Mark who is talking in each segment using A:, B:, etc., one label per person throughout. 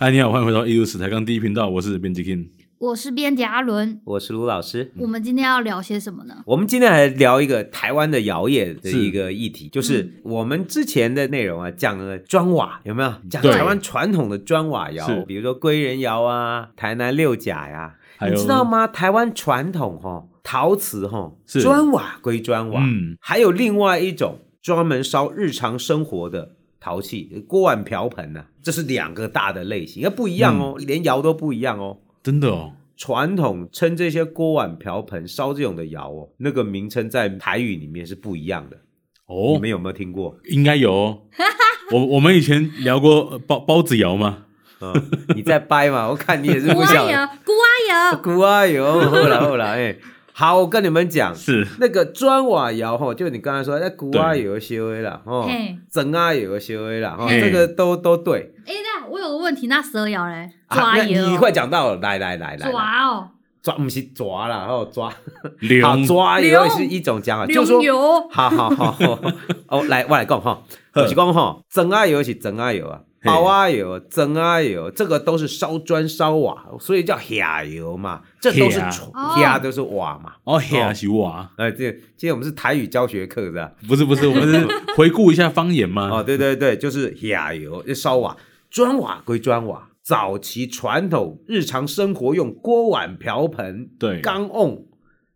A: 嗨，哎你好，欢迎回到一 E 如史台刚第一频道，我是编辑 King。
B: 我是编辑阿伦。
C: 我是卢老师。
B: 我们今天要聊些什么呢？
C: 我们今天来聊一个台湾的摇曳的
A: 是
C: 一个议题，就是我们之前的内容啊，讲了砖瓦有没有？讲
A: 对
C: 台湾传统的砖瓦窑
A: 是，
C: 比如说归仁窑啊、台南六甲呀、
A: 还有
C: 你知道吗？台湾传统哦，陶瓷哦，
A: 是
C: 砖瓦归砖瓦，
A: 嗯
C: 还有另外一种专门烧日常生活的陶器，锅碗瓢盆呐、这是两个大的类型，要不一样哦，
A: 嗯
C: 连窑都不一样哦。
A: 真的哦，
C: 传统称这些锅碗瓢盆烧这种的窑哦，那个名称在台语里面是不一样的。你
A: 哦，
C: 们有没有听过？
A: 应该有 哦。我我们以前聊过呃包包子窑吗？
C: 嗯， 你在掰嘛？我看你也是
B: 古
C: 不
B: 阿
C: 晓
B: 油
C: 得。，
B: 古阿油，
C: 古啊有，后来后来，哎，好，我跟你们讲，
A: 是
C: 那个砖瓦窑哈，就你刚才说，那古啊
A: 对
C: 有修的啦，哦
B: 嘿，
C: 整啊有修的啦，哦，
A: 嘿
C: 这个都都对。
B: 哎，那我有个问题，那蛇咬嘞？
C: 啊
B: 抓
C: 那
B: 油，
C: 你快讲到了，来来来来，来
B: 抓哦，
C: 抓不是抓啦，哦抓，好
A: 龙
C: 抓
B: 龙
C: 也是一种讲法，啊就
B: 流
C: 说
B: 油，
C: 好好好，好哦，来我来讲哈，
A: 呵
C: 就是讲哈，蒸啊油是蒸啊油啊，
A: 嘿
C: 包啊油、蒸啊油，这个都是烧砖烧瓦，所以叫下油嘛，这都是
A: 瓦
B: 哦
C: 下都是瓦嘛。
A: 哦，黑是瓦，
C: 哎，这今天我们是台语教学课是吧？
A: 不是不是，我们是回顾一下方言
C: 哦，
A: 嘛。
C: 对对对，就是下油就烧瓦，砖瓦归砖瓦。早期传统日常生活用锅碗瓢盆、
A: 对，
C: 缸瓮，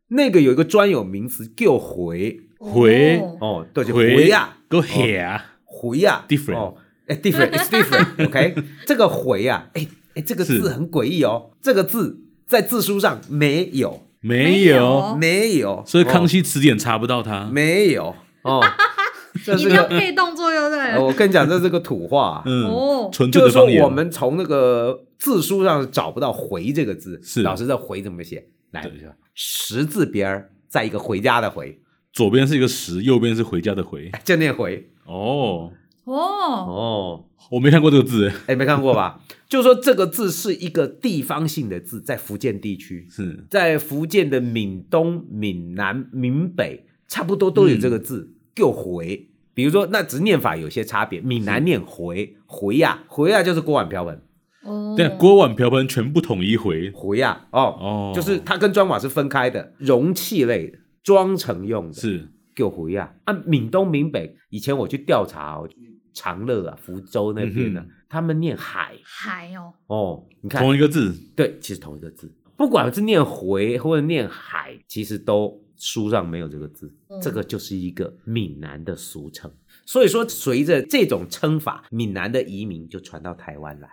C: 那个有一个专有名词叫回
A: 回
B: 哦
C: 哦，对，就回哦呀、
A: go 黑啊，
C: 回呀、
A: Different
C: 哦，哎 ，different，it's different，OK，、这个回呀、哎哎，这个
A: 是
C: 字很诡异哦，这个字在字书上没有，
A: 没
B: 没
A: 有，
B: 有
C: 没有，
A: 所以康
C: 熙、
A: 熙词典查不到它。
C: 没有 哦，这
B: 一
C: 是
B: 定要
C: 个，
B: 配动作，对不
C: 呃
B: 对？
C: 我跟你讲，这是个土话，
A: 嗯，
B: 哦，
A: 纯粹
C: 就
A: 的
C: 是说
A: 方言。
C: 我们从那个字书上找不到“回”这个字，
A: 是
C: 老师这“回”怎么写？来
A: 对，
C: 十字边儿再一个回家的“回
A: 左边是一个十，右边是回家的回”，。
C: 就念“回
A: 哦，
B: 哦，”
C: 哦。
A: 我没看过这个字，
C: 哎，没看过吧？ 就是说这个字是一个地方性的字，在福建地区，
A: 是
C: 在福建的闽东、闽南、闽北，差不多都有这个
A: 嗯
C: 字“就、回”。比如说，那只是念法有些差别，闽南念“回”，回呀、回呀、就是锅碗瓢盆，
B: 哦，
A: 但锅碗瓢盆全部统一回。
C: 回呀、哦，
A: 哦，
C: 就是它跟砖瓦是分开的，容器类的。装成用的
A: 是
C: 就回呀啊，闽东闽北，以前我去调查哦，长乐啊、福州那边呢、
A: 嗯
C: 他们念海
B: 海哦，
C: 哦，你看
A: 同一个字，
C: 对，其实同一个字，不管是念回或者念海，其实都书上没有这个字，
B: 嗯
C: 这个就是一个闽南的俗称。所以说，随着这种称法，闽南的移民就传到台湾来，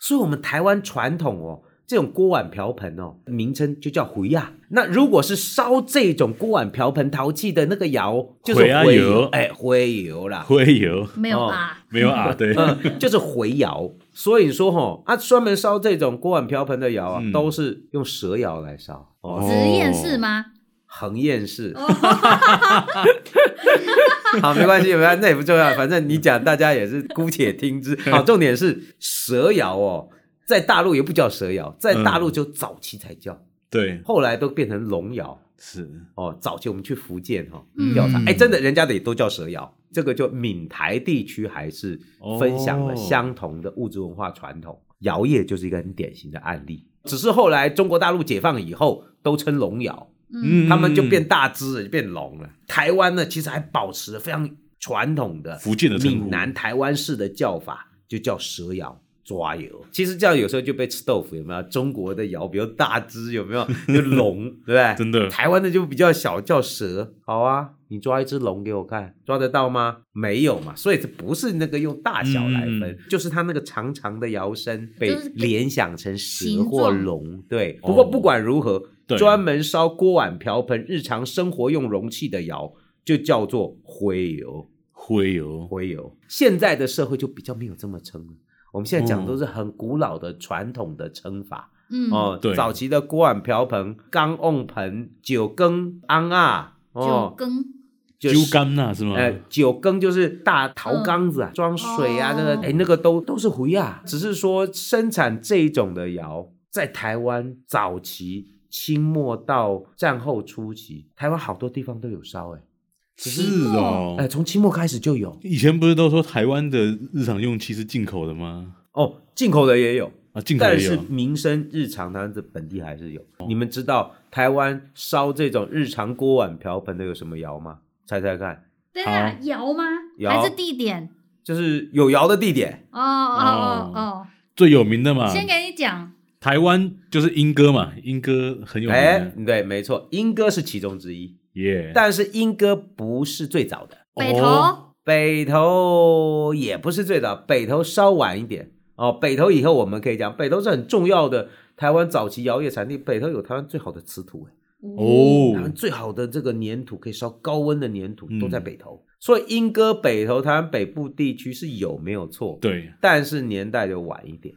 C: 所以我们台湾传统哦。这种锅碗瓢盆哦，名称就叫回呀。那如果是烧这种锅碗瓢盆陶器的那个窑，就是
A: 回啊
C: 回
A: 窑
C: 窑，哎，回窑啦，
A: 会有
B: 没有
C: 哦
B: 啊，
A: 没有啊？对，
C: 嗯， 就是回窑。所以说吼，啊，专门烧这种锅碗瓢盆的窑啊，
A: 嗯
C: 都是用蛇窑来烧。
A: 哦
C: 哦，
B: 职验是吗？
C: 横堰式。
B: 哦，
C: 好，没关系，没关系，那也不重要，反正你讲，大家也是姑且听之。好，重点是蛇窑哦，在大陆也不叫蛇窑，在大陆就早期才叫，
A: 对，
C: 后来都变成龙窑。
A: 是
C: 哦，早期我们去福建哈、
B: 嗯
C: 哦、调查，哎、真的人家的也都叫蛇窑，这个就闽台地区还是分享
A: 哦
C: 了相同的物质文化传统，窑业就是一个很典型的案例。只是后来中国大陆解放以后，都称龙窑，
B: 嗯，
C: 他们就变大只了，就变龙了。台湾呢，其实还保持了非常传统的
A: 福建的称呼
C: 闽南台湾式的叫法，就叫蛇窑。抓油，其实这样有时候就被吃豆腐，有没有？中国的窑比较大只，有没有？就龙，对不对？
A: 真 的
C: 台湾的就比较小，叫蛇。好啊，你抓一只龙给我看，抓得到吗？没有嘛，所以这不是那个用大小来分，
A: 嗯
C: 就是它那个长长的摇身被
B: 就是
C: 联想成蛇
B: 形
C: 或
B: 状
C: 龙。对，
A: 哦
C: 不过不管如何，
A: 对
C: 专门烧锅碗瓢盆、日常生活用容器的窑就叫做灰油。
A: 会有
C: 灰油，现在的社会就比较没有这么称了。我们现在
A: 嗯
C: 讲都是很古老的传统的称法。
B: 嗯，
C: 哦，
A: 对
C: 早期的锅碗瓢盆、缸瓮盆、酒羹、安啊，
B: 九
C: 哦，
B: 更
C: 就
A: 揪
C: 是
A: 干呐是吗？哦
C: 呃，酒羹就是大陶缸子啊，装水啊
B: 哦，
C: 那个哎，那个都都是回啊，只是说生产这一种的窑，在台湾早期、清末到战后初期，台湾好多地方都有烧哎，
A: 是
C: 哎，
A: 哦。
C: 从清末开始就有
A: 以前不是都说台湾的日常用器是进口的吗？
C: 哦，进口的也有，
A: 啊，进口
C: 但
A: 也有
C: 是民生日常它的本地还是有。你们知道台湾烧这种日常锅碗瓢盆的有什么窑吗？猜猜看，
B: 对啊，窑吗？
C: 窑
B: 还是地点？
C: 就是有窑的地点，
B: 哦哦哦
A: 最有名的嘛
B: 哦，，
C: 嗯
B: 先给你讲，
A: 台湾就是莺歌嘛，莺歌很有名
C: 哎
A: 的，，
C: 对，没错，莺歌是其中之一，
A: 耶。
C: 但是莺歌不是最早的，
B: 北
A: 哦
B: 投
C: 北投也不是最早，北投稍晚一点哦。北投以后我们可以讲，北投是很重要的台湾早期窑业产地，北投有台湾最好的瓷土，哎
A: 哦
C: 台湾最好的这个粘土可以烧高温的粘土
A: 嗯
C: 都在北投，所以莺歌北投台湾北部地区是有没有错？
A: 对，
C: 但是年代就晚一点，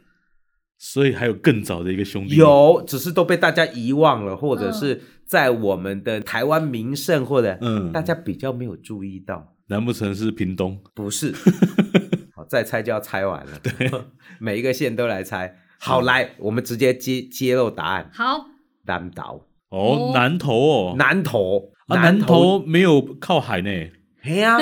A: 所以还有更早的一个嗯兄弟，
C: 有，只是都被大家遗忘了，或者是在我们的台湾名胜或者
A: 嗯
C: 大家比较没有注意到。
A: 难不成是屏东？
C: 不是，好，再猜就要猜完了。对， 每一个县都来
A: 嗯
C: 猜。好，来，我们直接揭揭露答案。
B: 好，
C: 南投，
A: 哦
B: 哦，
A: 南投哦，
C: 南投，
A: 啊，南，投没有靠海呢，
C: 哎呀，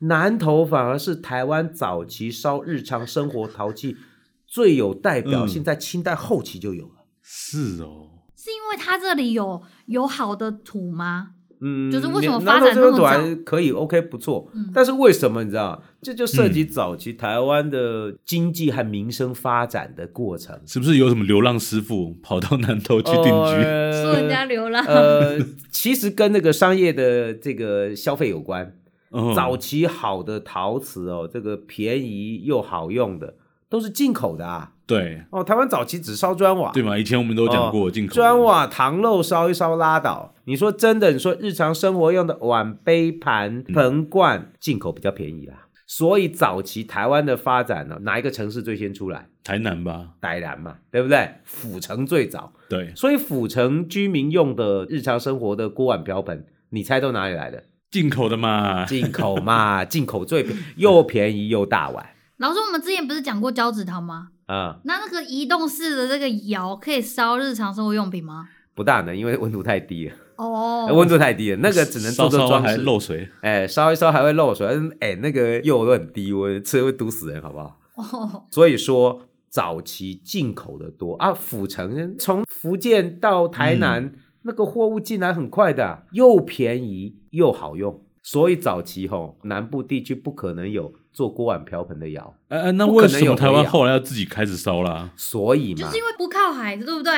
C: 南投反而是台湾早期烧日常生活陶器最有代表
A: 嗯
C: 性，在清代后期就有了。
A: 是哦，
B: 是因为它这里有有好的土吗？
C: 嗯，
B: 就是为什么
C: 你
B: 发展
C: 南投这
B: 那么
C: 个团可以 OK 不错，
B: 嗯
C: 但是为什么你知道？这就涉及早期台湾的经济和民生发展的过程。
A: 是不是有什么流浪师傅跑到南投去定居？
C: 呃
B: 说人家流浪，
C: 呃，其实跟那个商业的这个消费有关。
A: 哦
C: 早期好的陶瓷哦，这个便宜又好用的，都是进口的啊。
A: 对
C: 哦，台湾早期只烧砖瓦，
A: 对嘛，以前我们都讲
C: 哦
A: 过进口的
C: 砖，瓦、糖漏烧一烧拉倒。你说真的，你说日常生活用的碗、杯、盘、
A: 嗯
C: 盆罐，进口比较便宜啦。所以早期台湾的发展呢、哪一个城市最先出来？
A: 台南吧，
C: 当然嘛，对不对？府城最早，
A: 对，
C: 所以府城居民用的日常生活的锅碗瓢盆，你猜都哪 里来的？
A: 进口的嘛，
C: 进口嘛，进口最便又便宜又大碗
B: 老师，我们之前不是讲过胶质糖吗？
C: 啊、
B: 那那个移动式的这个窑可以烧日常生活用品吗？
C: 不大能，因为温度太低了，
B: 哦，
C: 温度太低了，那个只能做
A: 烧
C: 做
A: 烧
C: 装
A: 还
C: 饰。
A: 漏水，
C: 哎，烧一烧还会漏水，嗯哎，那个又都很低温，吃会毒死人，好不好？
B: 哦，
C: 所以说早期进口的多啊，府城从福建到台南、
A: 嗯
C: 那个货物进来很快的，又便宜又好用，所以早期吼南部地区不可能有做锅碗瓢盆的窑，
A: 哎哎，那
C: 不可
A: 为
C: 能
A: 什么
C: 有
A: 台湾
C: 回啊
A: 后来要自己开始烧啦？
C: 所以
B: 就
C: 嘛
B: 是，因为不靠海，对不对？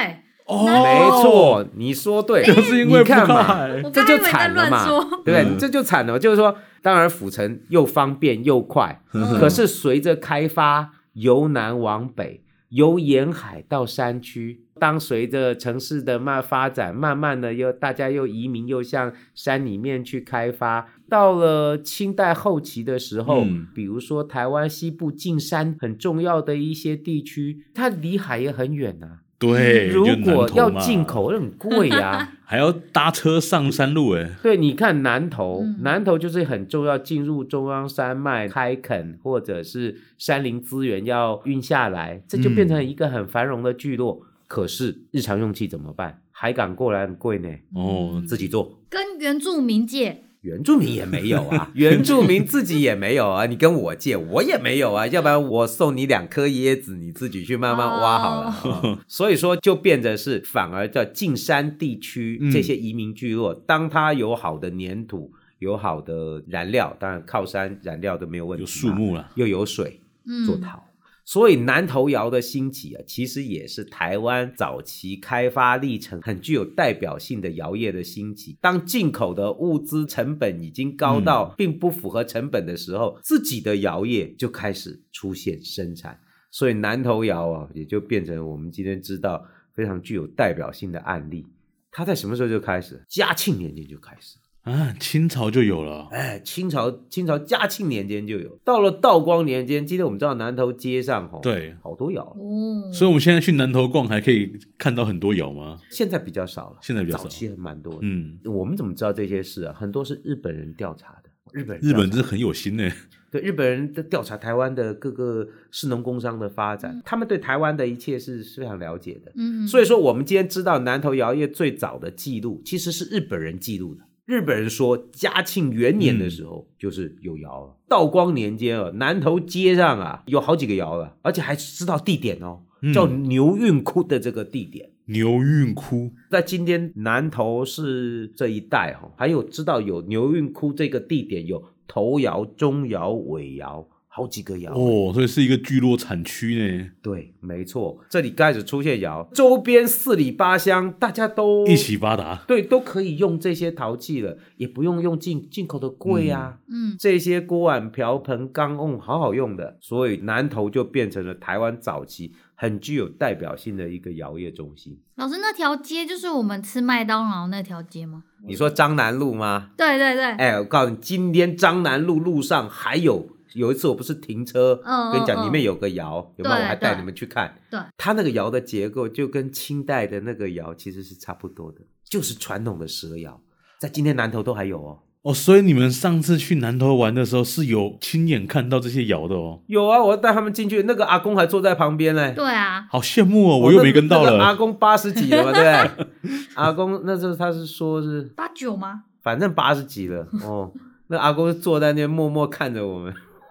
A: 哦，
C: 没，错，你说对，
A: 就是因为
C: 你
A: 不
C: 看
A: 靠
C: 嘛。
A: 海
B: 我，
C: 这
B: 刚以
C: 就
B: 为你在
C: 惨了
B: 乱
C: 嘛，
B: 说，
C: 对不对？
A: 嗯
C: 这就惨了，就是说，当然府城又方便又快，
B: 嗯
C: 可是随着开发，由南往北，由沿海到山区，当随着城市的慢发展，慢慢的又大家又移民又向山里面去开发。到了清代后期的时候，
A: 嗯
C: 比如说台湾西部近山很重要的一些地区，它离海也很远呐、
A: 对，
C: 如
A: 就南
C: 果
A: 投
C: 要
A: 嘛
C: 进，口，那很贵呀、
A: 还要搭车上山路，哎，
C: 对，你看南投，
B: 嗯
C: 南投就是很重要，进入中央山脉开垦，或者是山林资源要运下来，这就变成一个很繁荣的聚落。可是日常用器怎么办？海港过来很贵呢，
A: 哦，
C: 自己做。
B: 跟原住民借，
C: 原住民也没有 啊，原住民自己也没有啊，你跟我借，我也没有啊，要不然我送你两颗椰子，你自己去慢慢
A: 哦
C: 挖好了。 啊所以说，就变得是反而叫近山地区
A: 嗯
C: 这些移民聚落，当它有好的粘土，有好的燃料，当然靠山燃料都没有问题
A: 有
C: 嘛，
A: 树木啦，
C: 又有水，
B: 嗯，
C: 做陶。所以南头窑的兴起啊，其实也是台湾早期开发历程很具有代表性的窑业的兴起。当进口的物资成本已经高到并不符合成本的时候，自己的窑业就开始出现生产。所以南头窑啊，也就变成我们今天知道非常具有代表性的案例。它在什么时候就开始？嘉庆年间就开始。
A: 啊，清朝就有了，
C: 哎，清朝清朝嘉庆年间就有，到了道光年间，今天我们知道南头街上吼，
A: 对
C: 好多窑，
B: 哦，
A: 所以我们现在去南投逛还可以看到很多窑吗？
C: 现在比较少了，
A: 现在比较少
C: 早期还蛮多的。
A: 嗯，
C: 我们怎么知道这些事啊？很多是日本人调查的，日本人
A: 日
C: 调查
A: 本真的很有心欸呢，
C: 对日本人的调查台湾的各个市农工商的发展，他们对台湾的一切是非常了解的。
B: 嗯，
C: 所
B: 以
C: 以说，我们今天知道南投窑业最早的记录，其实是日本人记录的。日本人说，嘉庆元年
A: 嗯
C: 的时候就是有窑了。道光年间啊，南头街上啊有好几个窑了，而且还知道地点哦，
A: 嗯
C: 叫牛运窟的这个地点。
A: 牛运窟，
C: 在今天南头市这一带哈、哦，还有知道有牛运窟这个地点有头窑、中窑、尾窑，好几个窑。
A: 哦，所以是一个聚落产区呢，
C: 对，没错，这里开始出现窑，周边四里八乡大家都
A: 一起发达。
C: 对，都可以用这些陶器了，也不用用进进口的柜啊。
B: 嗯，
C: 这些锅碗瓢盆、缸瓮，好好用的，所以南投就变成了台湾早期很具有代表性的一个窑业中心。
B: 老师那条街就是我们吃麦当劳那条街吗？
C: 你说张南路吗？
B: 对对对，
C: 哎，我告诉你，今天张南路路上还有，有一次我不是停车，
B: 嗯
C: 跟你讲
B: 嗯
C: 里面有个窑，有没有？
B: 对
C: 我还带
B: 对
C: 你们去看。
B: 对，
C: 它那个窑的结构就跟清代的那个窑其实是差不多的，就是传统的蛇窑，在今天南投都还有哦。
A: 哦，所以你们上次去南头玩的时候是有亲眼看到这些窑的哦，
C: 有啊，我带他们进去，那个阿公还坐在旁边嘞。
B: 对啊，
A: 好羡慕哦，
C: 哦
A: 我又没跟到
C: 那那个阿
A: 了。
C: 公八十几了嘛，对不 对？ 阿公那时候他是说是，
B: 八九吗？
C: 反正八十几了哦。那阿公坐在那边默默看着我们，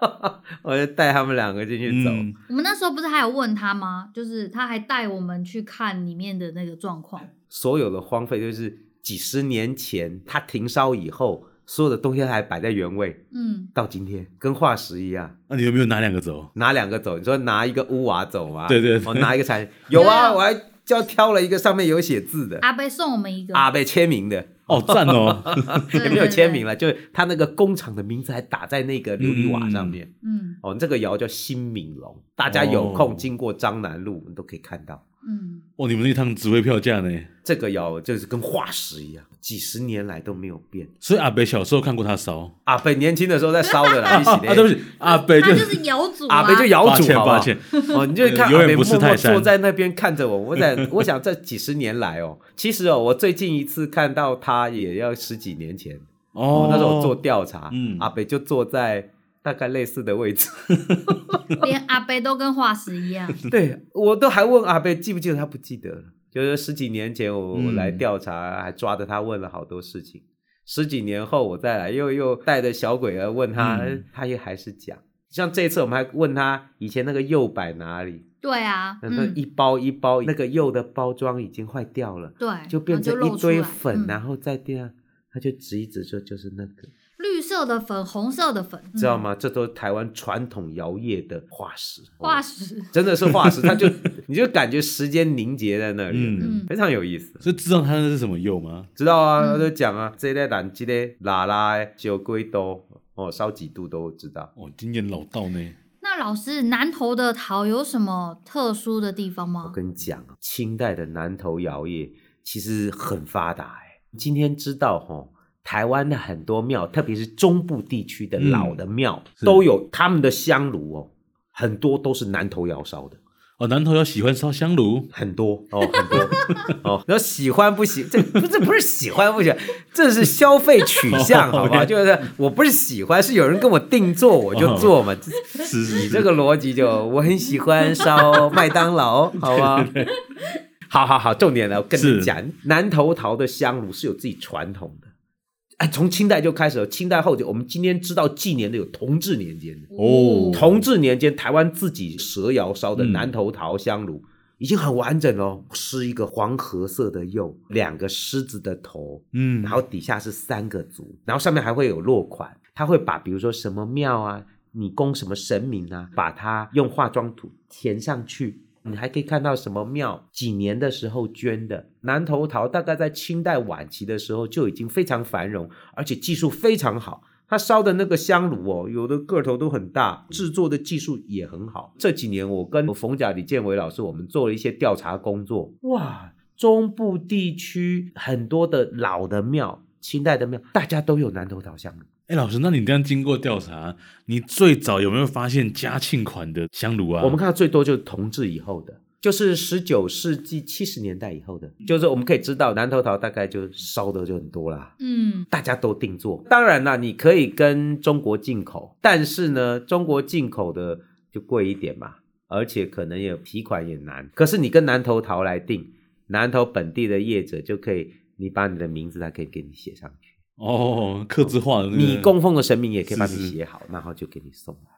C: 我就带他们两个进去走。
A: 嗯，
B: 我们那时候不是还有问他吗？就是他还带我们去看里面的那个状况。
C: 所有的荒废就是几十年前它停烧以后，所有的东西还摆在原位，
B: 嗯，
C: 到今天跟化石一样。
A: 啊那你有没有拿两个走？
C: 拿两个走，你说拿一个乌瓦走吗？
A: 对对对
C: 我、拿一个产有啊，
B: 对啊
C: 我还叫挑了一个上面有写字的，
B: 阿贝送我们一个，
C: 阿贝签名的。
A: 哦，赞 哦，
B: 对
C: 也没有签名。
B: 对对
C: 了，就是他那个工厂的名字还打在那个琉璃瓦上面。
B: 嗯
C: 哦，这个窑叫新敏龙，大家有空
A: 哦
C: 经过张南路，你都可以看到。
B: 嗯，
A: 哦，你们那趟值回票价呢？
C: 这个窑就是跟化石一样，几十年来都没有变。
A: 所以阿北小时候看过他烧
C: 阿北年轻的时候在烧的 啦，一起
A: 啊，
C: 的。
A: 对不起，阿北
B: 他
A: 就
B: 就是窑主啊，
C: 阿北就窑
A: 抱
C: 主
A: 歉
C: 好不
A: 抱
C: 好？
A: 歉，
C: 哦，你就看
A: 呃永
C: 阿
A: 远
C: 北
A: 不是
C: 默默
A: 泰山
C: 坐在那边看着我。我在我想这几十年来哦，其实哦，我最近一次看到他也要十几年前，
A: 哦，
C: 那时候我做调查，
A: 嗯
C: 阿北就坐在大概类似的位置。
B: 连阿贝都跟化石一 样。
C: 对我都还问阿贝记不记得，他不记得了。就是十几年前我我
A: 嗯
C: 来调查，还抓着他问了好多事情。十几年后我再来，又又带着小鬼儿问他，哎
A: 嗯
C: 他也还是讲。像这次我们还问他以前那个釉摆哪里，
B: 对啊，
C: 那
B: 嗯，
C: 一包一包、那个釉的包装已经坏掉了，
B: 对，
C: 就变
B: 哎然后
C: 成
B: 露出
C: 一堆
B: 来
C: 粉，啊
B: 嗯
C: 然后再这样，他就指一指说就是那个，
B: 绿色的粉，红色的粉，
C: 知道
B: 嗯？
C: 吗？这都是台湾传统窑业的化石，
B: 化
C: 石。
B: 石，
C: 真的是化石，它就 你就感觉时间凝结在那里，
A: 嗯
C: 非常有意思。
A: 是知道他那是什么釉吗？
C: 知道啊，
B: 嗯
C: 我都讲啊，这类染这类拉拉酒龟都哦，烧几度都知道。
A: 哦，经验老道呢。
B: 那老师，南投的陶有什么特殊的地方
C: 我
B: 吗？
C: 跟你讲啊，清代的南投窑业其实很发达哎、今天知道吼，台湾的很多庙，特别是中部地区的
A: 嗯
C: 老的庙，
A: 是
C: 都有他们的香炉哦，很多都是南投窑烧的。
A: 哦，南头要喜欢烧香炉，
C: 很多哦，很多 哦。然后喜欢不喜，这不这不是喜欢不喜欢，这是消费取向，好 吧？
A: 哦
C: 就是我不是喜欢，是有人跟我定做我就 做嘛。这
A: 是是
C: 你
A: 是，
C: 这个逻辑就我很喜欢烧麦 当劳，好吧？好好好，重点来，我跟你
A: 是
C: 讲，南头陶的香炉是有自己传统的。哎，从清代就开始了，清代后期，我们今天知道纪年的有同治年间的，
A: 哦
C: 同治年间，台湾自己蛇窑烧的
A: 嗯
C: 南头陶香炉、已经很完整了，哦是一个黄褐色的釉，两个狮子的头，
A: 嗯，
C: 然后底下是三个足，然后上面还会有落款。他会把比如说什么庙啊，你供什么神明啊，把它用化妆土填上去。你还可以看到什么庙几年的时候捐的南头陶，大概在清代晚期的时候就已经非常繁荣，而且技术非常好。他烧的那个香炉哦，有的个头都很大，制作的技术也很好。这几年我跟冯甲李建伟老师，我们做了一些调查工作，哇，中部地区很多的老的庙、清代的庙，大家都有南头陶香炉。
A: 哎，老师，那你这样经过调查，你最早有没有发现嘉庆款的香炉啊？
C: 我们看到最多就是同治以后的，就是十九世纪七十年代以后的，就是我们可以知道南头陶大概就烧的就很多啦。
B: 嗯，
C: 大家都定做。当然啦，你可以跟中国进口，但是呢，中国进口的就贵一点嘛，而且可能也提款也难。可是你跟南投陶来定，南投本地的业者就可以，你把你的名字他可以给你写上去。
A: 哦，刻字化的那个
C: 你供奉的神明也可以帮你
A: 是是
C: 写好，然后就给你送来。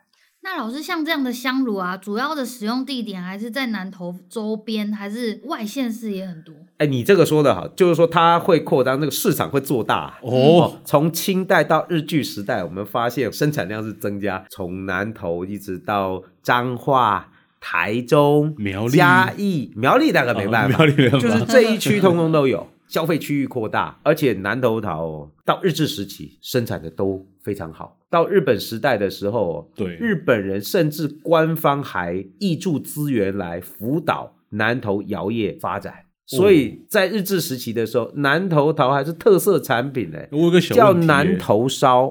B: 那老师，像这样的香炉啊，主要的使用地点还是在南投周边，还是外县市也很多？
C: 哎，你这个说的好，就是说它会扩张，这个市场会做大。
A: 哦，
C: 从清代到日据时代，我们发现生产量是增加，从南投一直到彰化、台中、
A: 苗栗
C: 嘉义、苗栗大概没办
A: 哦
C: 法，
A: 苗栗没办法
C: 就是这一区通通都有， 消费区域扩大，而且南投桃哦，到日治时期生产的都非常好。到日本时代的时候哦，
A: 对
C: 日本人甚至官方还挹注资源来辅导南投窑业发展。
A: 哦
C: 所以在日治时期的时候，南投桃还是特色产品嘞，
A: 我有个小
C: 叫
A: 问题耶
C: 南投烧，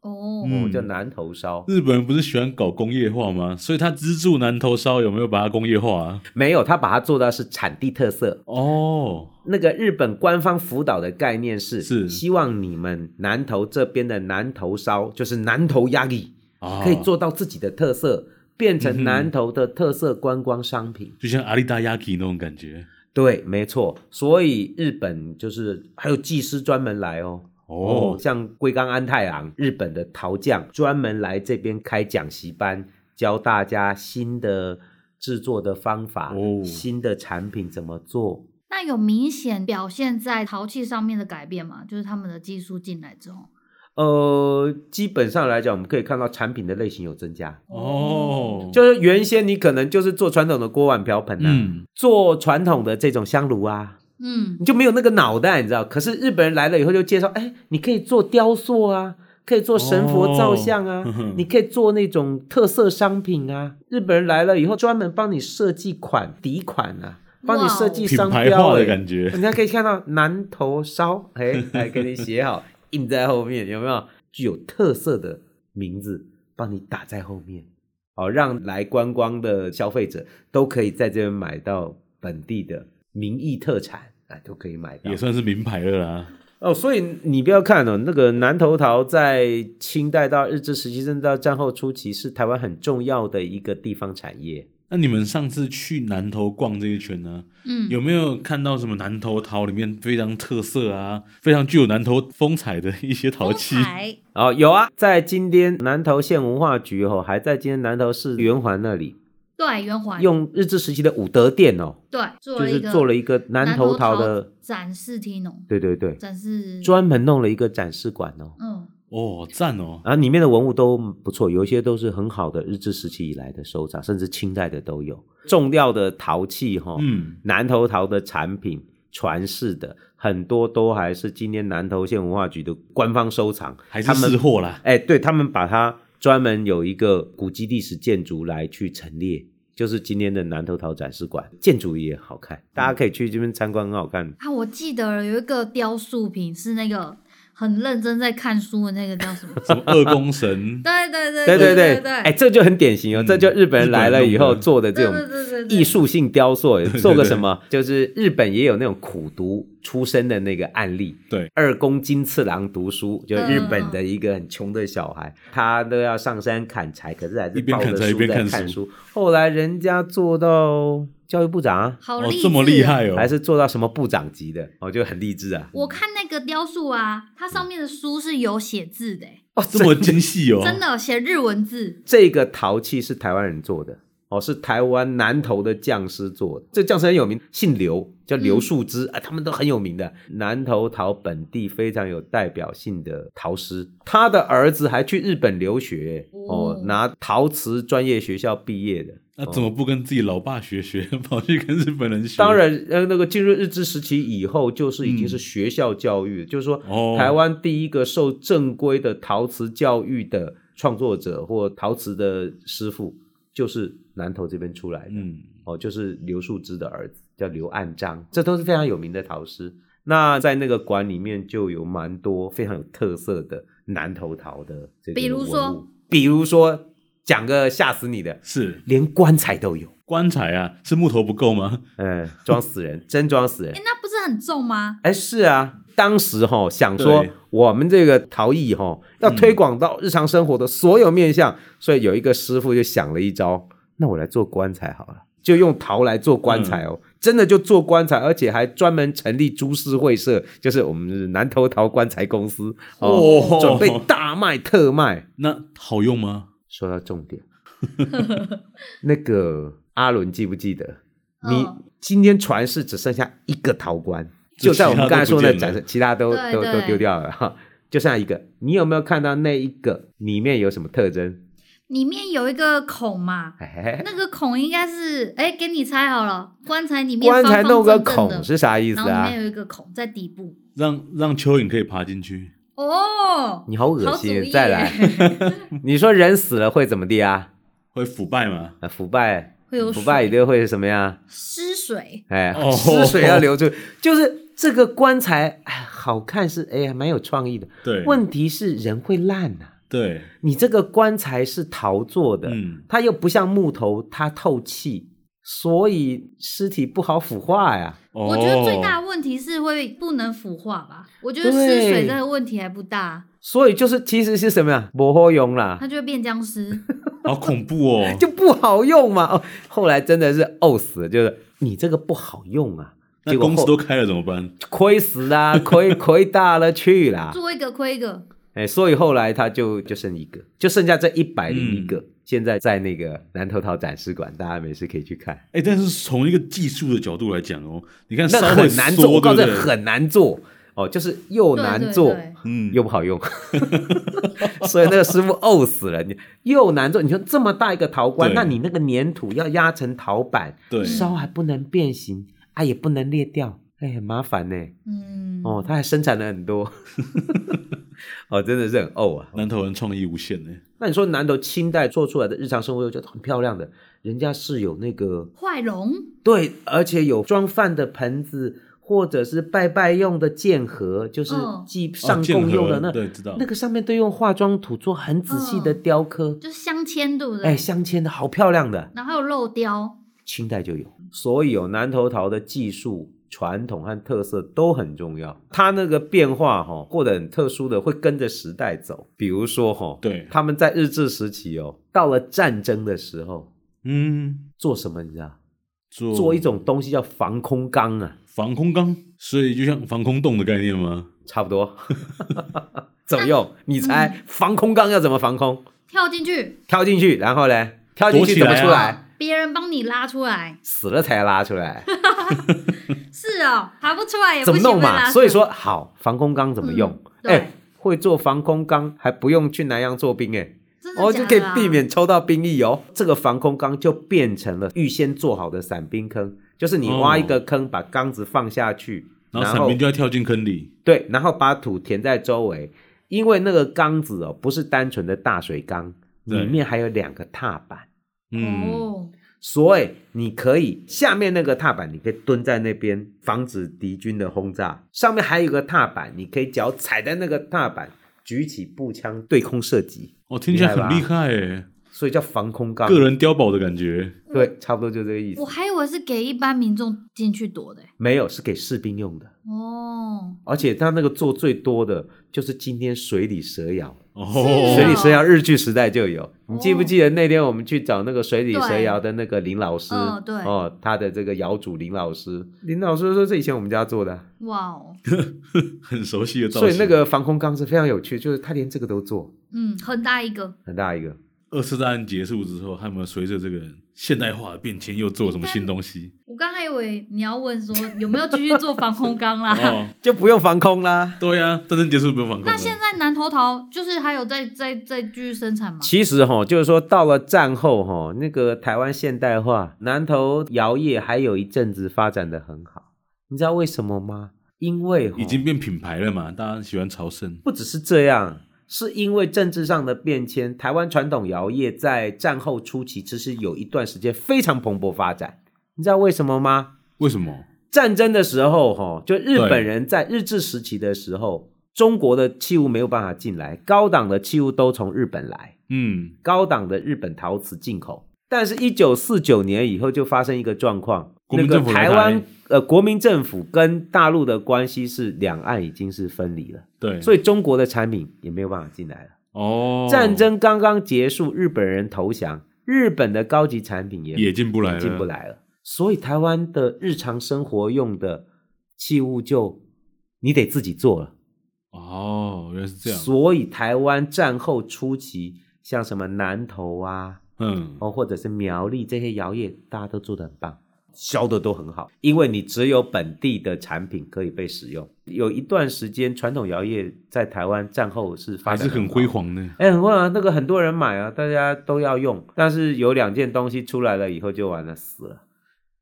B: 哦，
A: 嗯
C: 哦，叫南投烧。
A: 日本人不是喜欢搞工业化吗？所以他资助南投烧有没有把它工业化、啊？
C: 没有，他把它做到是产地特色，
A: 哦，
C: 那个日本官方辅导的概念是，
A: 是
C: 希望你们南投这边的南投烧，就是南投压力，
A: 啊，
C: 可以，做到自己的特色，变
A: 嗯
C: 成
A: 哼
C: 南投的特色观光商品。
A: 就像阿里达亚基那种感觉。
C: 对，没错。所以日本就是还有技师专门来哦。
A: 哦，
C: 像龟冈安太郎，日本的陶匠，专门来这边开讲习班，教大家新的制作的方法，
A: 哦
C: 新的产品怎么做。
B: 那有明显表现在陶器上面的改变吗？就是他们的技术进来之后，
C: 呃，基本上来讲，我们可以看到产品的类型有增加。
A: 哦，
C: 就是原先你可能就是做传统的锅碗瓢盆啊，
A: 嗯，
C: 做传统的这种香炉啊，
B: 嗯
C: 你就没有那个脑袋，你知道？可是日本人来了以后就介绍，哎，你可以做雕塑啊，可以做神佛造像啊，
A: 哦 呵呵
C: 你可以做那种特色商品啊。日本人来了以后，专门帮你设计款底款啊，帮你设计
A: 品
C: 商标、
A: 牌化的
C: 哎
A: 感觉。
C: 人家可以看到南头烧， 哎，来给你 写好，印在后面，有没有具有特色的名字，帮你打在后面，哦，让来观光的消费者都可以在这边买到本地的名义特产，哎，都可以买到
A: 也。算是名牌了啦，
C: 哦，所以你不要看哦，那个南头桃在清代到日治时期，甚至到战后初期，是台湾很重要的一个地方产业。
A: 那你们上次去南头逛这一圈呢、
B: 嗯，
A: 有没有看到什么南头陶里面非常特色啊，非常具有南头风采的一些陶
B: 风
A: 器？
B: 采
C: 哦，有啊，在今天南投县文化局哦，还在今天南投市圆环那里，
B: 对圆环
C: 用日治时期的武德殿哦，
B: 对哎做
C: 就
B: 了一
C: 是
B: 个
C: 做了一个南投桃
B: 南
C: 的
B: 投，展示厅哦，
C: 对对对，
B: 展示
C: 专门弄了一个展示馆哦，
B: 嗯
A: 哦，赞哦，
C: 然后里面的文物都不错，有一些都是很好的日治时期以来的收藏，甚至清代的都有。重要的陶器哈、哦，
A: 嗯，
C: 南投陶的产品传世的很多都还是今天南投县文化局的官方收藏，
A: 还是
C: 他们
A: 试货啦。
C: 哎，对他们把它专门有一个古迹历史建筑来去陈列，就是今天的南头陶展示馆，建筑也好看，大家可以去这边参观，很好看。
B: 啊，我记得有一个雕塑品是那个很认真在看书的那个叫什么？？
A: 什么二宫神
B: 对对对
C: 对
B: 对
C: 对对，
B: 对，
C: 哎，这就很典型哦，
A: 嗯
C: 这就日本人来了以后
A: 日本人弄的
C: 做的这
B: 对
C: 种
B: 对对对对
C: 艺术性雕塑，
A: 对
C: 做个什么，就是日本也有那种苦读出身的那个案例，
A: 对，
C: 二宫金次郎读书，就日本的一个很穷的小孩，他都要上山砍柴，可是还是
A: 嗯一边
C: 抱着
A: 砍柴
C: 书
A: 一边
C: 在
A: 看
C: 看
A: 书
C: 书。后来人家做到教育部长啊，
B: 好
A: 哦
B: 励，
A: 这么
B: 志
A: 厉
B: 哦
A: 害哦，
C: 还是做到什么部长级的，哦，就很励志啊。
B: 我看那个雕塑啊，它上面的书是有写字的、欸，
C: 哦，
A: 这么精细哦，
B: 真的写日文字。
C: 这个陶器是台湾人做的，哦，是台湾南投的匠师做的。这匠师很有名，姓刘，叫刘树之、啊，他们都很有名的。南投陶本地非常有代表性的陶师，他的儿子还去日本留学，哦
B: 哦，
C: 拿陶瓷专业学校毕业的。
A: 那怎么不跟自己老爸学学，跑去跟日本人学？
C: 当，然，呃，那个进入日治时期以后，就是已经是学校教育，就是说，
A: 哦
C: 台湾第一个受正规的陶瓷教育的创作者或陶瓷的师傅，就是南投这边出来的，
A: 嗯，
C: 哦，就是刘树之的儿子，叫刘岸章，这都是非常有名的陶师。那在那个馆里面就有蛮多非常有特色的南投陶的这个
B: 比如说
C: 文物，比如说讲个吓死你的，
A: 是
C: 连棺材都有，
A: 棺材啊，是木头不够吗？
C: 嗯，装死人，真装死人
B: 哎、。那不是很重吗？
C: 哎，是啊，当时哈、想说
A: 对嗯
C: 我们这个陶艺哈、要推广到日常生活的所有面向，所以有一个师傅就想了一招，那我来做棺材好了，就用陶来做棺材哦，
A: 嗯
C: 真的就做棺材，而且还专门成立株式会社，就是我们是南投陶棺材公司哦，
A: 哦
C: 准备大卖特卖。
A: 那好用吗？
C: 说到 重点，那个阿伦记不记得？你
B: 嗯
C: 今天船是只剩下一个陶棺，
A: 就
C: 就在我们刚才说的展示，其他都
B: 对
C: 都都
B: 对
C: 丢掉了哈，就剩下一个。你有没有看到那一个里面有什么特征？
B: 里面有一个孔嘛，
C: 嘿嘿嘿
B: 那个孔应该是，哎，给你猜好了，棺材里面
C: 棺
B: 方
C: 材
B: 方
C: 弄个
B: 正正的
C: 孔是啥意思
B: 然后里
C: 啊
B: 面？有一个孔在底部。
A: 让让蚯蚓可以爬进去，
B: 哦，
C: 你好恶
B: 好主
C: 心！
B: 意欸
C: 再来，
B: 耶
C: 你说人死了会怎么地啊？
A: 会腐败吗？
C: 呃腐败，
B: 会有
C: 腐败一
B: 水
C: 定会是什么呀？
B: 湿水，
C: 哎，
A: 哦
C: 尸水要流出，就是这个棺材，哎，好看是哎呀，蛮有创意的。
A: 对，
C: 问题是人会烂呐、啊
A: 对，
C: 你这个棺材是陶做的，
A: 嗯，
C: 它又不像木头，它透气，所以尸体不好腐化呀。
B: 我觉得最大
A: 哦
B: 的问题是会不能腐化吧？我觉得
C: 对
B: 湿水这个问题还不大，
C: 所以就是其实是什么呀？不好用啦
B: 它，就会变僵尸。
A: 好恐怖哦
C: ，就不好用嘛。哦，后来真的是怄死了，就是你这个不好用啊，
A: 那
C: 结果
A: 公司
C: 后
A: 都开了怎么办？
C: 亏 死啦，亏亏大了去 啦。
B: 做一个亏一个，
C: 哎，所以后来他就就剩一个，就剩下这一百零一
A: 嗯
C: 个，现在在那个南头陶展示馆，大家没事可以去看。
A: 哎，但是从一个技术的角度来讲哦，你看
C: 那
A: 烧会
C: 很难做，
A: 缩，
C: 我告
A: 对不
C: 诉你
A: 对？
C: 很难做哦，就是又
B: 对
C: 难
B: 对
C: 做
B: 对
A: 嗯，
C: 又不好用， 所以那个师傅怄死了。你又难做，你说这么大一个陶棺，
A: 对
C: 那你那个粘土要压成陶板，
A: 对
C: 烧还不能变形，啊也不能裂掉，哎，很麻烦呢。
B: 嗯，
C: 哦，他还生产了很多， 哦，真的是很怄啊。
A: 南投人创意无限呢。哦
C: 那你说南投清代做出来的日常生活，我觉得很漂亮的，人家是有那个
B: 坏龙，
C: 对，而且有装饭的盆子，或者是拜拜用的剑盒，就是
B: 嗯
C: 祭
A: 哦
C: 上供用的
A: 剑
C: 那、
A: 河对，知道
C: 那个上面都用化妆土做很仔细的
B: 嗯
C: 雕刻，
B: 就是镶嵌，对不对？
C: 哎，镶嵌的好漂亮的，
B: 然后还有肉雕，
C: 清代就有，所以有南头陶的技术。传统和特色都很重要，它那个变化哈、或者很特殊的会跟着时代走。比如说哈、
A: 对，
C: 他们在日治时期哦，到了战争的时候，
A: 嗯，
C: 做什么？你知道？
A: 做
C: 做一种东西叫防空缸啊，
A: 防空缸，所以就像防空洞的概念吗？
C: 差不多。 怎么用？你猜防空缸要怎么防空？
B: 跳进去，
C: 跳进去，然后呢？跳进
A: 躲
C: 去
A: 起
C: 怎么
A: 来
C: 出
A: 啊
C: 来？
B: 别人帮你拉出来，
C: 死了才拉出来，
B: 是哦，爬不出来 也不
C: 怎么
B: 行，
C: 弄
B: 被拉
C: 嘛？
B: 出
C: 所以说，好，防空缸怎么用？
B: 嗯
C: 哎、
B: 对
C: 会做防空缸还不用去南洋做兵哎、
B: 真的
C: 哦，
B: 假
C: 就
B: 的
C: 可以
B: 啊
C: 避免抽到兵役哦。这个防空缸就变成了预先做好的伞兵坑，就是你
B: 哦
C: 挖一个坑，把缸子放下去，
A: 然后
C: 然
A: 伞
C: 后
A: 兵就要跳进坑里，
C: 对，然后把土填在周围，因为那个缸子哦，不是单纯的大水缸，
A: 对
C: 里面还有两个踏板，
A: 嗯，
B: 哦，
C: 所以你可以下面那个踏板，你可以蹲在那边防止敌军的轰炸，上面还有一个踏板，你可以脚踩在那个踏板，举起步枪对空射击，
A: 哦，听起来很
C: 厉
A: 厉
C: 害
A: 害诶，
C: 所以叫防空缸。
A: 个人碉堡的感觉，
C: 对，差不多就这个意思
B: 我。还以为是给一般民众进去躲的，欸
C: 没有，是给士兵用的。
B: 哦，
C: 而且他那个做最多的就是今天水里蛇咬，
A: 哦，
C: 水里
B: 是
C: 蛇谣日剧时代就有。你记不
B: 哦
C: 记得那天我们去找那个水里蛇
B: 对
C: 谣的那个林老师？
B: 嗯对
C: 哦，他的这个窑主林老师，林老师说是以前我们家做的，啊
B: 哇哦，
A: 很熟悉的造
C: 所
A: 型。
C: 以那个防空缸是非常有趣，就是他连这个都做，
B: 嗯，很大一个，
C: 很大一个。
A: 二次大战结束之后，他有没有随着这个现代化的变迁又做了什么新东西？
B: 我刚还以为你要问说有没有继续做防空缸 啦。
A: 哦，
C: 就不用防空啦。
A: 对呀、战争结束不用防空了。
B: 那现在南投桃就是还有在在在继续生产吗？
C: 其实哈、就是说到了战后哈、那个台湾现代化，南投窑业还有一阵子发展的很好，你知道为什么吗？因为、
A: 已经变品牌了嘛，大家喜欢朝圣。
C: 不只是这样，是因为政治上的变迁，台湾传统窑业在战后初期其实有一段时间非常蓬勃发展。你知道为什么吗？
A: 为什么？
C: 战争的时候，哈，就日
A: 对
C: 本人在日治时期的时候，中国的器物没有办法进来，高档的器物都从日本来，
A: 嗯，
C: 高档的日本陶瓷进口。但是，一九四九年以后就发生一个状况，
A: 国民政府
C: 那个
A: 来
C: 台
A: 台
C: 湾呃国民政府跟大陆的关系是两岸已经是分离了。
A: 对，
C: 所
A: 以
C: 以中国的产品也没有办法进来了。
A: 哦，
C: 战争刚刚结束，日本人投降，日本的高级产品也
A: 也进不来了，
C: 进不来了。所以台湾的日常生活用的器物就你得自己做了。
A: 哦，原来是这样，
C: 所以台湾战后初期，像什么南投啊，
A: 嗯，
C: 哦，或者是苗栗这些窑业，大家都做得很棒，销的都很好，因为你只有本地的产品可以被使用。有一段时间，传统窑业在台湾战后是发
A: 还
C: 展
A: 是
C: 得
A: 很
C: 好
A: 辉。煌的，
C: 哎，很辉煌，那个很多人买啊，大家都要用。但是有两件东西出来了以后就完了，死了。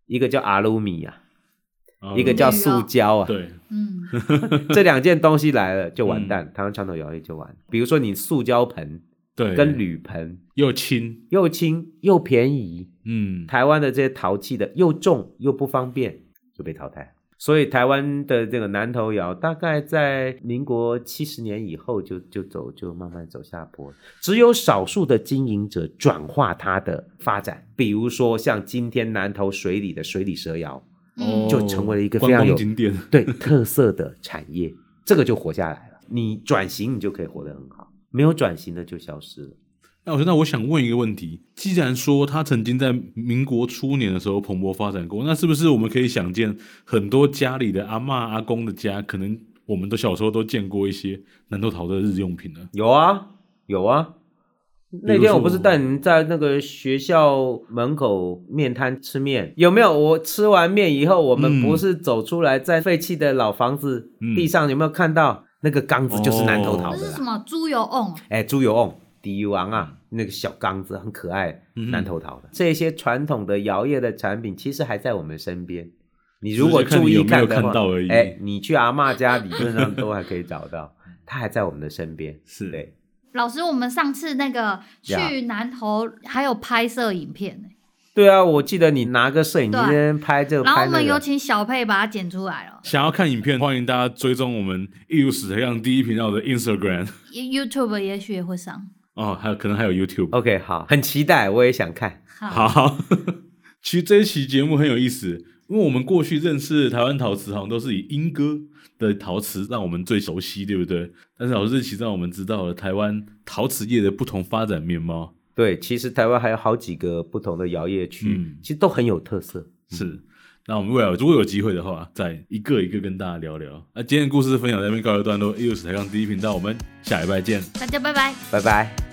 C: 一个叫阿鲁米啊，
A: 啊
C: 一个叫塑胶啊，
A: 对， 嗯
B: 嗯，
C: 这两件东西来了就完蛋，台湾传统窑业就完。比如说你塑胶盆
A: 对，
C: 跟铝盆，
A: 又轻，
C: 又轻又便宜，
A: 嗯，
C: 台湾的这些陶器的又重又不方便，就被淘汰。所以台湾的这个南头窑，大概在民国七十年以后就就走就慢慢走下坡，只有少数的经营者转化它的发展，比如说像今天南头水里的水里蛇窑，
B: 嗯
A: 哦
C: 就成为了一个非
A: 观
C: 常有
A: 光景点，
C: 对 特色的产业，这个就活下来了。你转型，你就可以活得很好；没有转型的就消失了。
A: 那我那我想问一个问题，既然说它曾经在民国初年的时候蓬勃发展过，那是不是我们可以想见很多家里的阿嬷阿公的家，可能我们都小时候都见过一些南豆桃的日用品呢？
C: 有啊，有啊。那天我不是带你们在那个学校门口面摊吃面，有没有？我吃完面以后，我们
A: 嗯
C: 不是走出来，在废弃的老房子、
A: 嗯哦
C: 地上有没有看到那个缸子？就是南头
A: 好
C: 桃
B: 那
C: 的
B: 是什
C: 啦。
B: 么猪油瓮？
C: 哎，猪油瓮、迪油昂啊，那个小缸子很可爱，
A: 嗯
C: 南头桃的。这些传统的窑业的产品，其实还在我们身边。你如果
A: 只是看
C: 注
A: 你有
C: 意
A: 没有
C: 的话，
A: 看到而已
C: 哎，你去阿嬷家理论上都还可以找到，它还在我们的身边。
A: 是
C: 对。
B: 老师，我们上次那个去南投还有拍摄影片呢、
C: 对啊，我记得你拿个摄影机
B: 对
C: 在那边拍这个
B: 然后
C: 拍
B: 我们
C: 那
B: 有
C: 个，
B: 请小佩把它剪出来了
A: 想要看影片，欢迎大家追踪我们一如史样第一频道的 Instagram
B: ，You-，YouTube 也许也会上。
A: 哦，还有可能还有 YouTube。
C: OK，好，很期待，我也想看。
B: 好，
A: 好， 其实这一期节目很有意思，因为我们过去认识的台湾陶瓷好像都是以英歌的陶瓷让我们最熟悉，对不对？但是老师其实让我们知道了台湾陶瓷业的不同发展面貌。
C: 对，其实台湾还有好几个不同的摇曳区，
A: 嗯
C: 其实都很有特色。
A: 是，那我们未来如果有机会的话，再一个一个跟大家聊聊。那今天的故事分享在这边告一段落，又是台港第一频道，我们下礼拜见。
B: 大家拜拜。
C: 拜拜。